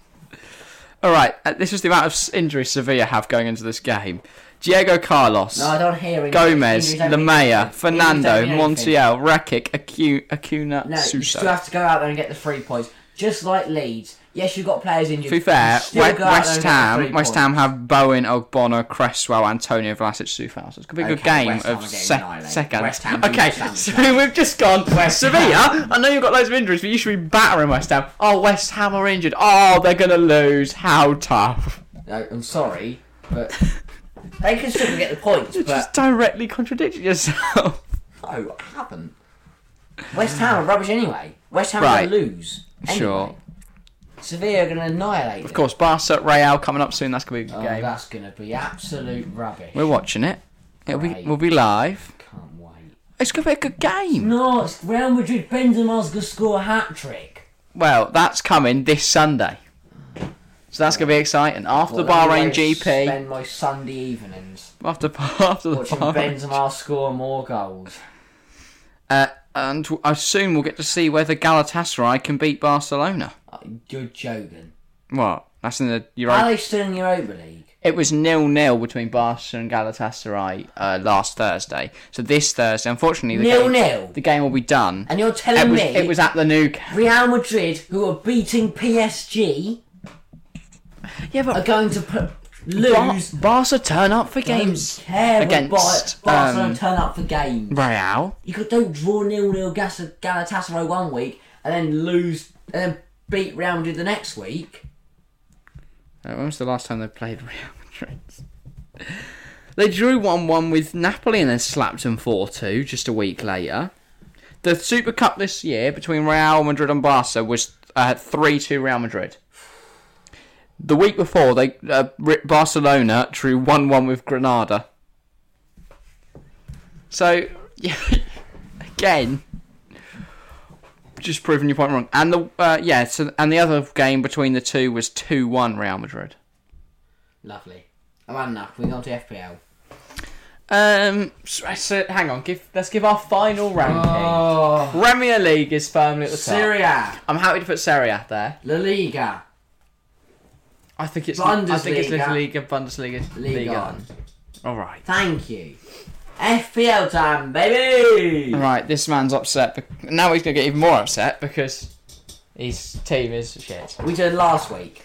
All right, uh, this is the amount of s- injuries Sevilla have going into this game. Diego Carlos, No, Oh, I don't hear anything. Gomez, Injuries don't mean Lemaya, anything. Fernando, Injuries don't mean anything. Montiel, Rakic, Acu- Acuna, No, you Suso. still have to go out there and get the three points. Just like Leeds. Yes, you've got players injured. to be fair, you still West, go out there West and get the Ham, three West points. Ham have Bowen, Ogbonna, Cresswell, Antonio, Vlasic, Sufal. So it's gonna be a good Okay, game West Ham of are getting sec- annihilated. seconds. West Ham beat okay, West Ham. so we've just gone West Sevilla. I know you've got loads of injuries, but you should be battering West Ham. Oh, West Ham are injured. Oh, they're gonna lose. How tough. No, I'm sorry, but [laughs] they can still get the points. Just But directly contradicted yourself. [laughs] no, I haven't. West Ham are rubbish anyway. West Ham Right. are going to lose. Anyway. Sure. Sevilla are going to annihilate. Of course, Barca, Real coming up soon. That's gonna be a good Oh, game. that's going to be absolute rubbish. We're watching it. It'll be, Right. we'll be live. Can't wait. It's gonna be a good game. No, it's Real Madrid. Benzema's going to score a hat trick. Well, that's coming this Sunday. So that's gonna be exciting. After the Bahrain GP, Spend my Sunday evenings after [laughs] after the watching Bahrain, Benzema score more goals. uh, and w- uh, soon we'll get to see whether Galatasaray can beat Barcelona. Uh, You're joking. What? That's in the Are Euro. they still in the Europa League? It was nil nil between Barca and Galatasaray uh, last Thursday. So this Thursday, unfortunately, the Nil game, nil. the game will be done. And you're telling it was, me it was at the new. Camp. Real Madrid, who are beating PSG, Yeah, but are going to put, lose. Bar- Barca turn up for games. Don't care against, against Barcelona um, turn up for games. Real. You could don't draw nil nil Gas- Galatasaray one week and then lose and then beat Real Madrid the next week. Uh, When was the last time they played [laughs] Real Madrid? They drew 1 1 with Napoli and then slapped them 4 2 just a week later. the Super Cup this year between Real Madrid and Barca was uh, three two Real Madrid. The week before, they uh, Re- Barcelona drew one one with Granada. So [laughs] yeah, again, just proving your point wrong. And the uh, yeah, so and the other game between the two was two one Real Madrid. Lovely. I've had enough. We got to FPL. Um, so, so hang on, give let's give our final ranking. Oh, Premier League is firmly at the top. Syria, I'm happy to put Serie A there. La Liga, I think it's I think it's Little Bundesliga. League and Bundesliga. Liga. Liga. All right. Thank you. FPL time, baby. All right. This man's upset. bec- Now he's gonna get even more upset because his team is shit. We did last week.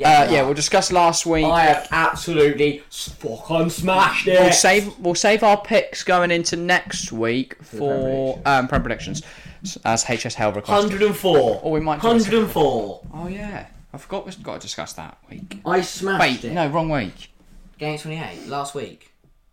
Uh, we yeah, are. we'll discuss last week. I have absolutely fucking smashed it. We'll save we'll save our picks going into next week for prem predictions. um, prem predictions, s- as HS Hell requested. 104. Or we might do a 104. Oh yeah, I forgot we've got to discuss that week. I smashed Wait, it. no, wrong week. Game 28, last week.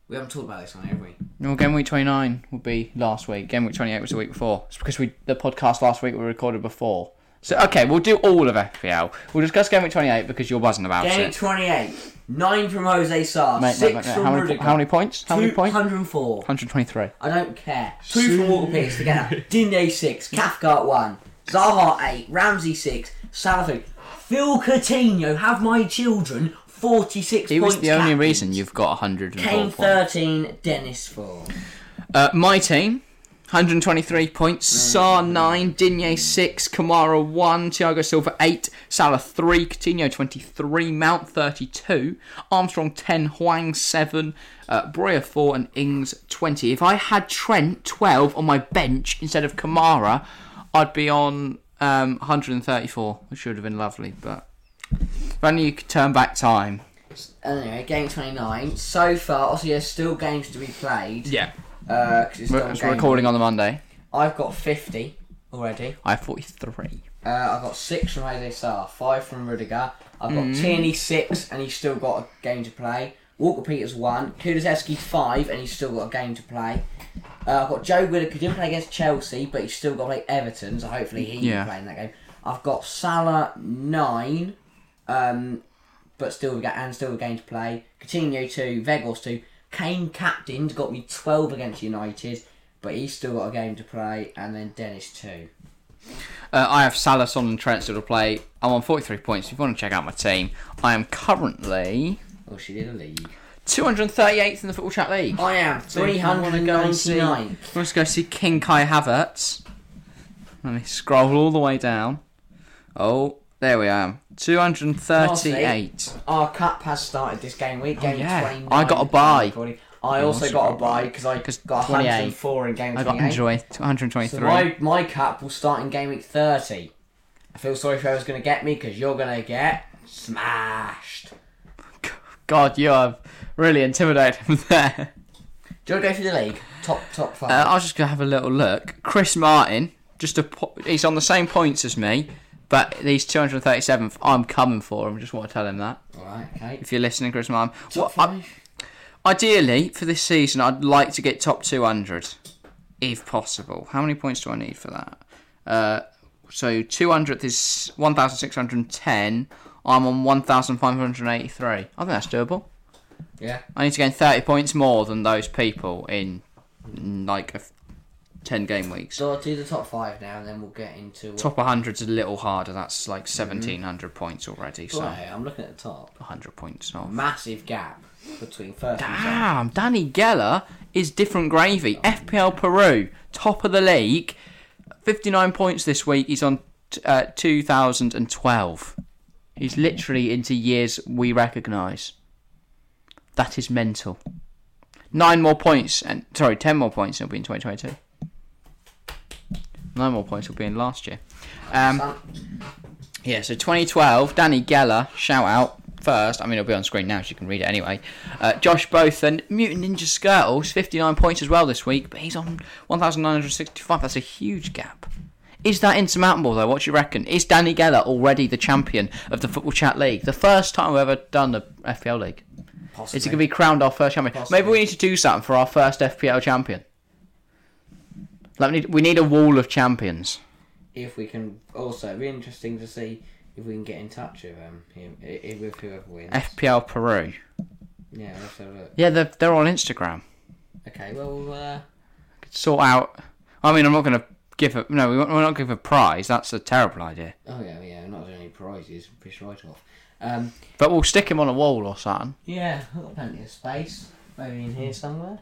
We haven't talked about this one, have we? No, game week twenty nine will be last week. Game week twenty eight was the week before. It's because we the podcast last week we recorded before. So okay, we'll do all of FPL. We'll discuss game week twenty eight because you're buzzing about Game it. 28. 9 from Jose Sarr, Mate, 6 mate, mate, mate, from How, many, Rudiger. how many points? How many points? 104. One hundred twenty three. I don't care. 2 from Walker Peters together. Dinde 6. Cathcart 1. Zaha 8. Ramsey 6. Salah 3. Phil Coutinho, have my children. 46 It points. was the only captain. reason you've got hundred and four Kane points. 13, Dennis 4. Uh, my team, 123 points. Sar 9, Digne 6, Kamara 1, Thiago Silva 8, Salah 3, Coutinho 23, Mount 32, Armstrong 10, Huang 7, uh, Breuer 4, and Ings 20. If I had Trent 12 on my bench instead of Kamara, I'd be on um, 134, which would have been lovely, but if only you could turn back time. Anyway, game 29. So far, obviously, there's still games to be played. Yeah. Uh, 'cause it's We're, still it's game recording on the Monday. I've got 50 already. I have 43. Uh, I've got 6 from Jose Sarr, 5 from Rudiger. I've got Tierney 6, and he's still got a game to play. Walker Peters 1. Kudelski 5, and he's still got a game to play. Uh, I've got Joe Willock, who didn't play against Chelsea, but he's still got to play Everton, so hopefully he Yeah. can play in that game. I've got Salah 9, um, but still we got and still a game to play. Coutinho two, Vegors two, Kane captained got me twelve against United, but he's still got a game to play, and then Dennis two. Uh, I have Salah, Son, and Trent still to play. I'm on 43 points. If you want to check out my team, I am currently Oh, she did a league. 238th in the Football Chat League. I am three hundred and ninety nine. Let's go see King Kai Havertz. Let me scroll all the way down. Oh, there we are. 238. Our cup has started this game week. Game Oh, yeah. 29. I got a Oh, bye. I also also got a got a bye because I 'Cause got 28. 104 in game I got 28. enjoy So 123. my, my cup will start in game week 30. I feel sorry for whoever's going to get me because you're going to get smashed. God, you have really intimidated him there. [laughs] Do you want to go through the league? Top top five. Uh, I was just gonna have a little look. Chris Martin, just a po- he's on the same points as me, but he's 237th. I'm coming for him. Just want to tell him that. Alright, okay. If um, you're listening, Chris Martin, Top Well, I- five. ideally for this season, I'd like to get top 200, if possible. How many points do I need for that? Uh, so 200th is 1,610. I'm on 1,583. I think that's doable. Yeah. I need to gain 30 points more than those people in mm, like a f- 10 game weeks. So I'll do the top five now and then we'll get into what- Top 100's a little harder. That's like 1700 points already. So Right, I'm looking at the top. 100 points off. Massive gap between first and second. Damn, Danny Geller is different gravy. FPL Peru, top of the league. 59 points this week. He's on t- uh, 2012. He's literally into years we recognise. That is mental. Nine more points, and sorry, ten more points, and it'll be in 2022. Nine more points will be in last year. Um, yeah, so 2012, Danny Geller, shout out first. I mean, it'll be on screen now, so you can read it anyway. Uh, Josh Bothan, Mutant Ninja Skirtles, 59 points as well this week, but he's on 1,965. That's a huge gap. Is that insurmountable, though? What do you reckon? Is Danny Geller already the champion of the Football Chat League? The first time we've ever done a FPL League. Possibly. Is it going to be crowned our first champion? Possibly. Maybe we need to do something for our first FPL champion. Like we need we need a wall of champions. If we can also, it'd be interesting to see if we can get in touch with um him i- i- with whoever wins. Eh. FPL Peru. yeah, let's have a look. Yeah, they're they're on Instagram. Okay, well we'll uh, Sort out. I mean, I'm not going to give a no. We won't, we're not give a prize. That's a terrible idea. oh yeah yeah we're not doing any prizes fish right off. Um, But we'll stick him on a wall or something. yeah, I've got plenty of space. Maybe in here somewhere.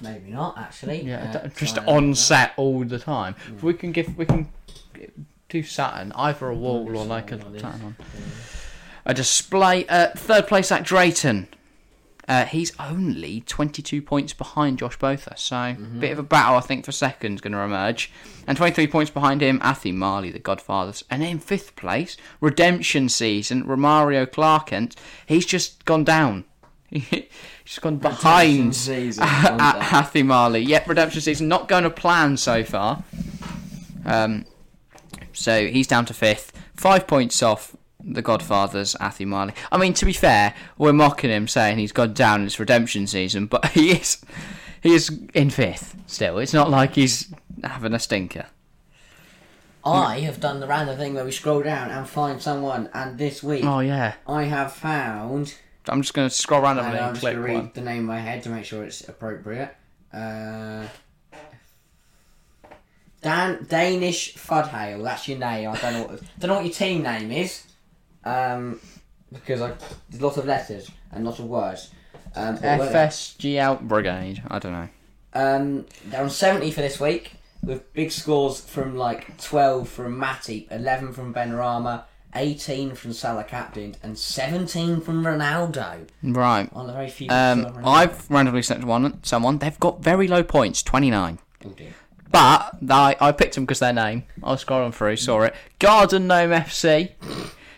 Maybe not actually. Yeah, Uh, d- just try on and- Mm. set all the time. If we can give we can do Saturn either a wall or just like a something like Saturn on. a display. Uh, third place at Drayton. Uh, he's only 22 points behind Josh Botha, so bit of a battle, I think, for second's going to emerge. And 23 points behind him, Athi Marley, the Godfathers. And in fifth place, redemption season, Romario Clarkent. He's just gone down. [laughs] he's just gone Redemption behind [laughs] season. at Hathi Marley. Yep, redemption season not going to plan so far. Um, so he's down to fifth, five points off the Godfather's Athi Marley. I mean, to be fair, we're mocking him saying he's gone down in his redemption season, but [laughs] he is he is in fifth still. It's not like he's having a stinker. I have done the random thing where we scroll down and find someone, and this week Oh yeah, I have found. I'm just going to scroll randomly And and, I'm just click gonna read one. the name in my head to make sure it's appropriate. Uh, Dan Danish Fudhale. That's your name. I don't know what [laughs] don't know what your team name is. Um, because I there's lots of letters and lots of words. Um, but we're- FSGL Brigade. I don't know. um, they're on 70 for this week, with big scores from like 12 from Matip, 11 from Benrahma, 18 from Salah Captain, and 17 from Ronaldo. Right. One of the very few. people Um, who have Ronaldo. I've randomly selected one someone. They've got very low points, 29. Oh dear. But I, I picked them because their name. I was scrolling through, saw it. Garden Gnome FC.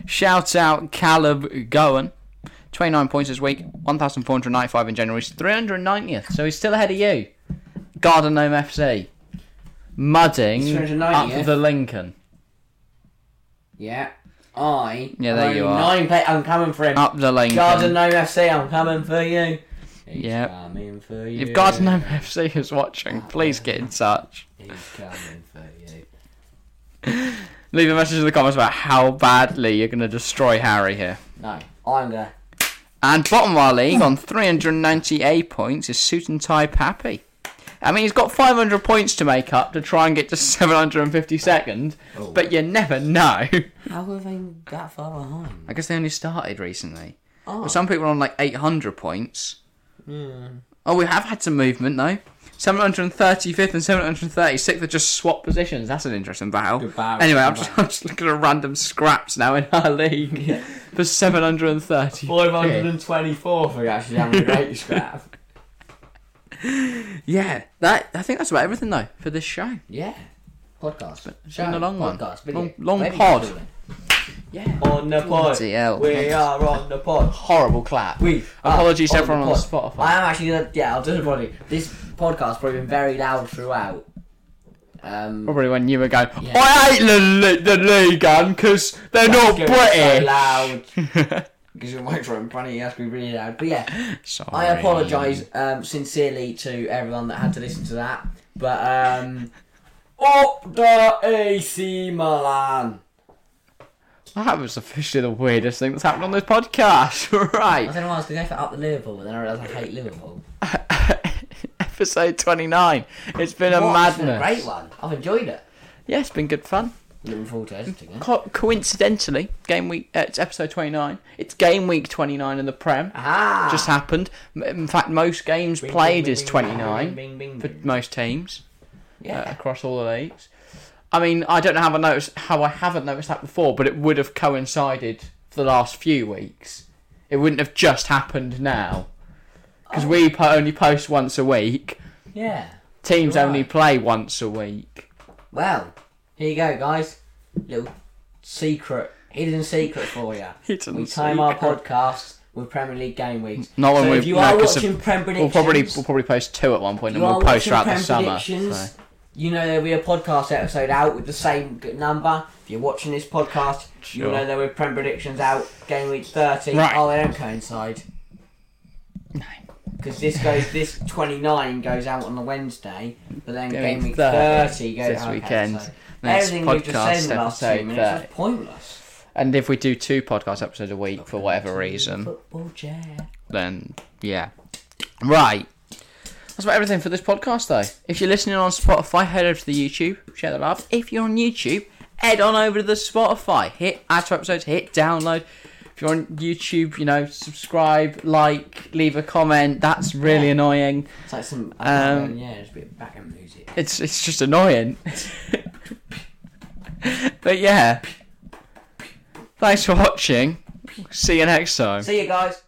Shout out Caleb Gowan. 29 points this week, 1,495 in January. He's 390th, so he's still ahead of you. Garden Gnome FC. He's Mudding up 390th. the Lincoln. Yeah. I. Yeah, there I'm you only are. Nine pla- I'm coming for him. Up the Lincoln. Garden Gnome FC, I'm coming for you. He's Yeah. coming for you. if Garden Gnome FC is watching, please get in touch. He's coming for you. Leave a message in the comments about how badly you're going to destroy Harry here. No, I'm gonna. And bottom of our league on 398 points is Suit and Tie Pappy. I mean, he's got 500 points to make up to try and get to 752nd, Oh. but you never know. [laughs] How are they that far behind? I guess they only started recently. Oh. hmm. Some people are on like 800 points. Oh, we have had some movement though. 735th and 736th have just swapped positions. That's an interesting battle. Good battle, Anyway, good I'm just, [laughs] I'm just looking at random scraps now in our league [laughs] for 730. 524 for actually having a [laughs] great scrap. Yeah, that I think that's about everything though for this show. Yeah. Podcast. it's Show, been a long one. podcast, video, Long- long whatever you pod. call it. Yeah. On the pod. Bloody hell. We are on the pod. Horrible clap. We Apologies are to everyone the on pod. Spotify. I am actually gonna yeah, I'll do the body. This podcast probably been very loud throughout. Um Probably when you were going, Yeah. I hate the, li- the league, because they're it's not gonna be So Oh, British. loud. [laughs] Because your microphone in front of you has to be really loud. But yeah, Sorry. I apologise um, sincerely to everyone that had to listen to that. But um, up the AC Milan. That was officially the weirdest thing that's happened on this podcast. [laughs] I right. don't know why I was going to go for up the Liverpool, but then I realised I hate Liverpool. Episode 29. It's been a What? madness. It's been a great one. I've enjoyed it. Yeah, it's been good fun. Looking forward to editing it. Co- coincidentally, game week. Uh, it's episode 29. It's game week 29 in the Prem. Ah, Just happened. M- In fact, most games Bing, played bing, is bing, 29 bing, bing, for bing. most teams. uh, yeah. across all the leagues. I mean, I don't know how I noticed how I haven't noticed that before, but it would have coincided for the last few weeks. It wouldn't have just happened now because we po- only post once a week. yeah. Teams Right. only play once a week. Well, here you go, guys. Little secret, hidden secret for you. Hidden we time our podcast with Premier League game weeks. Not when so we- if you no, are 'cause of- watching Prem We'll predictions, probably we'll probably post two at one point, you and we'll are post watching throughout the Prem summer. predictions, so. You know there'll be a podcast episode out with the same g- number. If you're watching this podcast, Sure. you'll know there were Prem predictions out game week thirty. Right. Oh, they don't coincide. No. because this goes this twenty nine goes out on the Wednesday, but then Game game week week 30 thirty goes this out weekend. So Next everything we've just said in podcast the last two episode minutes 30. was pointless And if we do two podcast episodes a week for whatever reason, Football chair. then yeah. Right. That's about everything for this podcast, though. If you're listening on Spotify, head over to the YouTube, share the love. If you're on YouTube, head on over to the Spotify, hit add to episodes, hit download. If you're on YouTube, you know, subscribe, like, leave a comment. That's really Yeah. annoying. It's like some Um, yeah, it's a bit of background music. It's it's just annoying. [laughs] but yeah. Thanks for watching. See you next time. See you guys.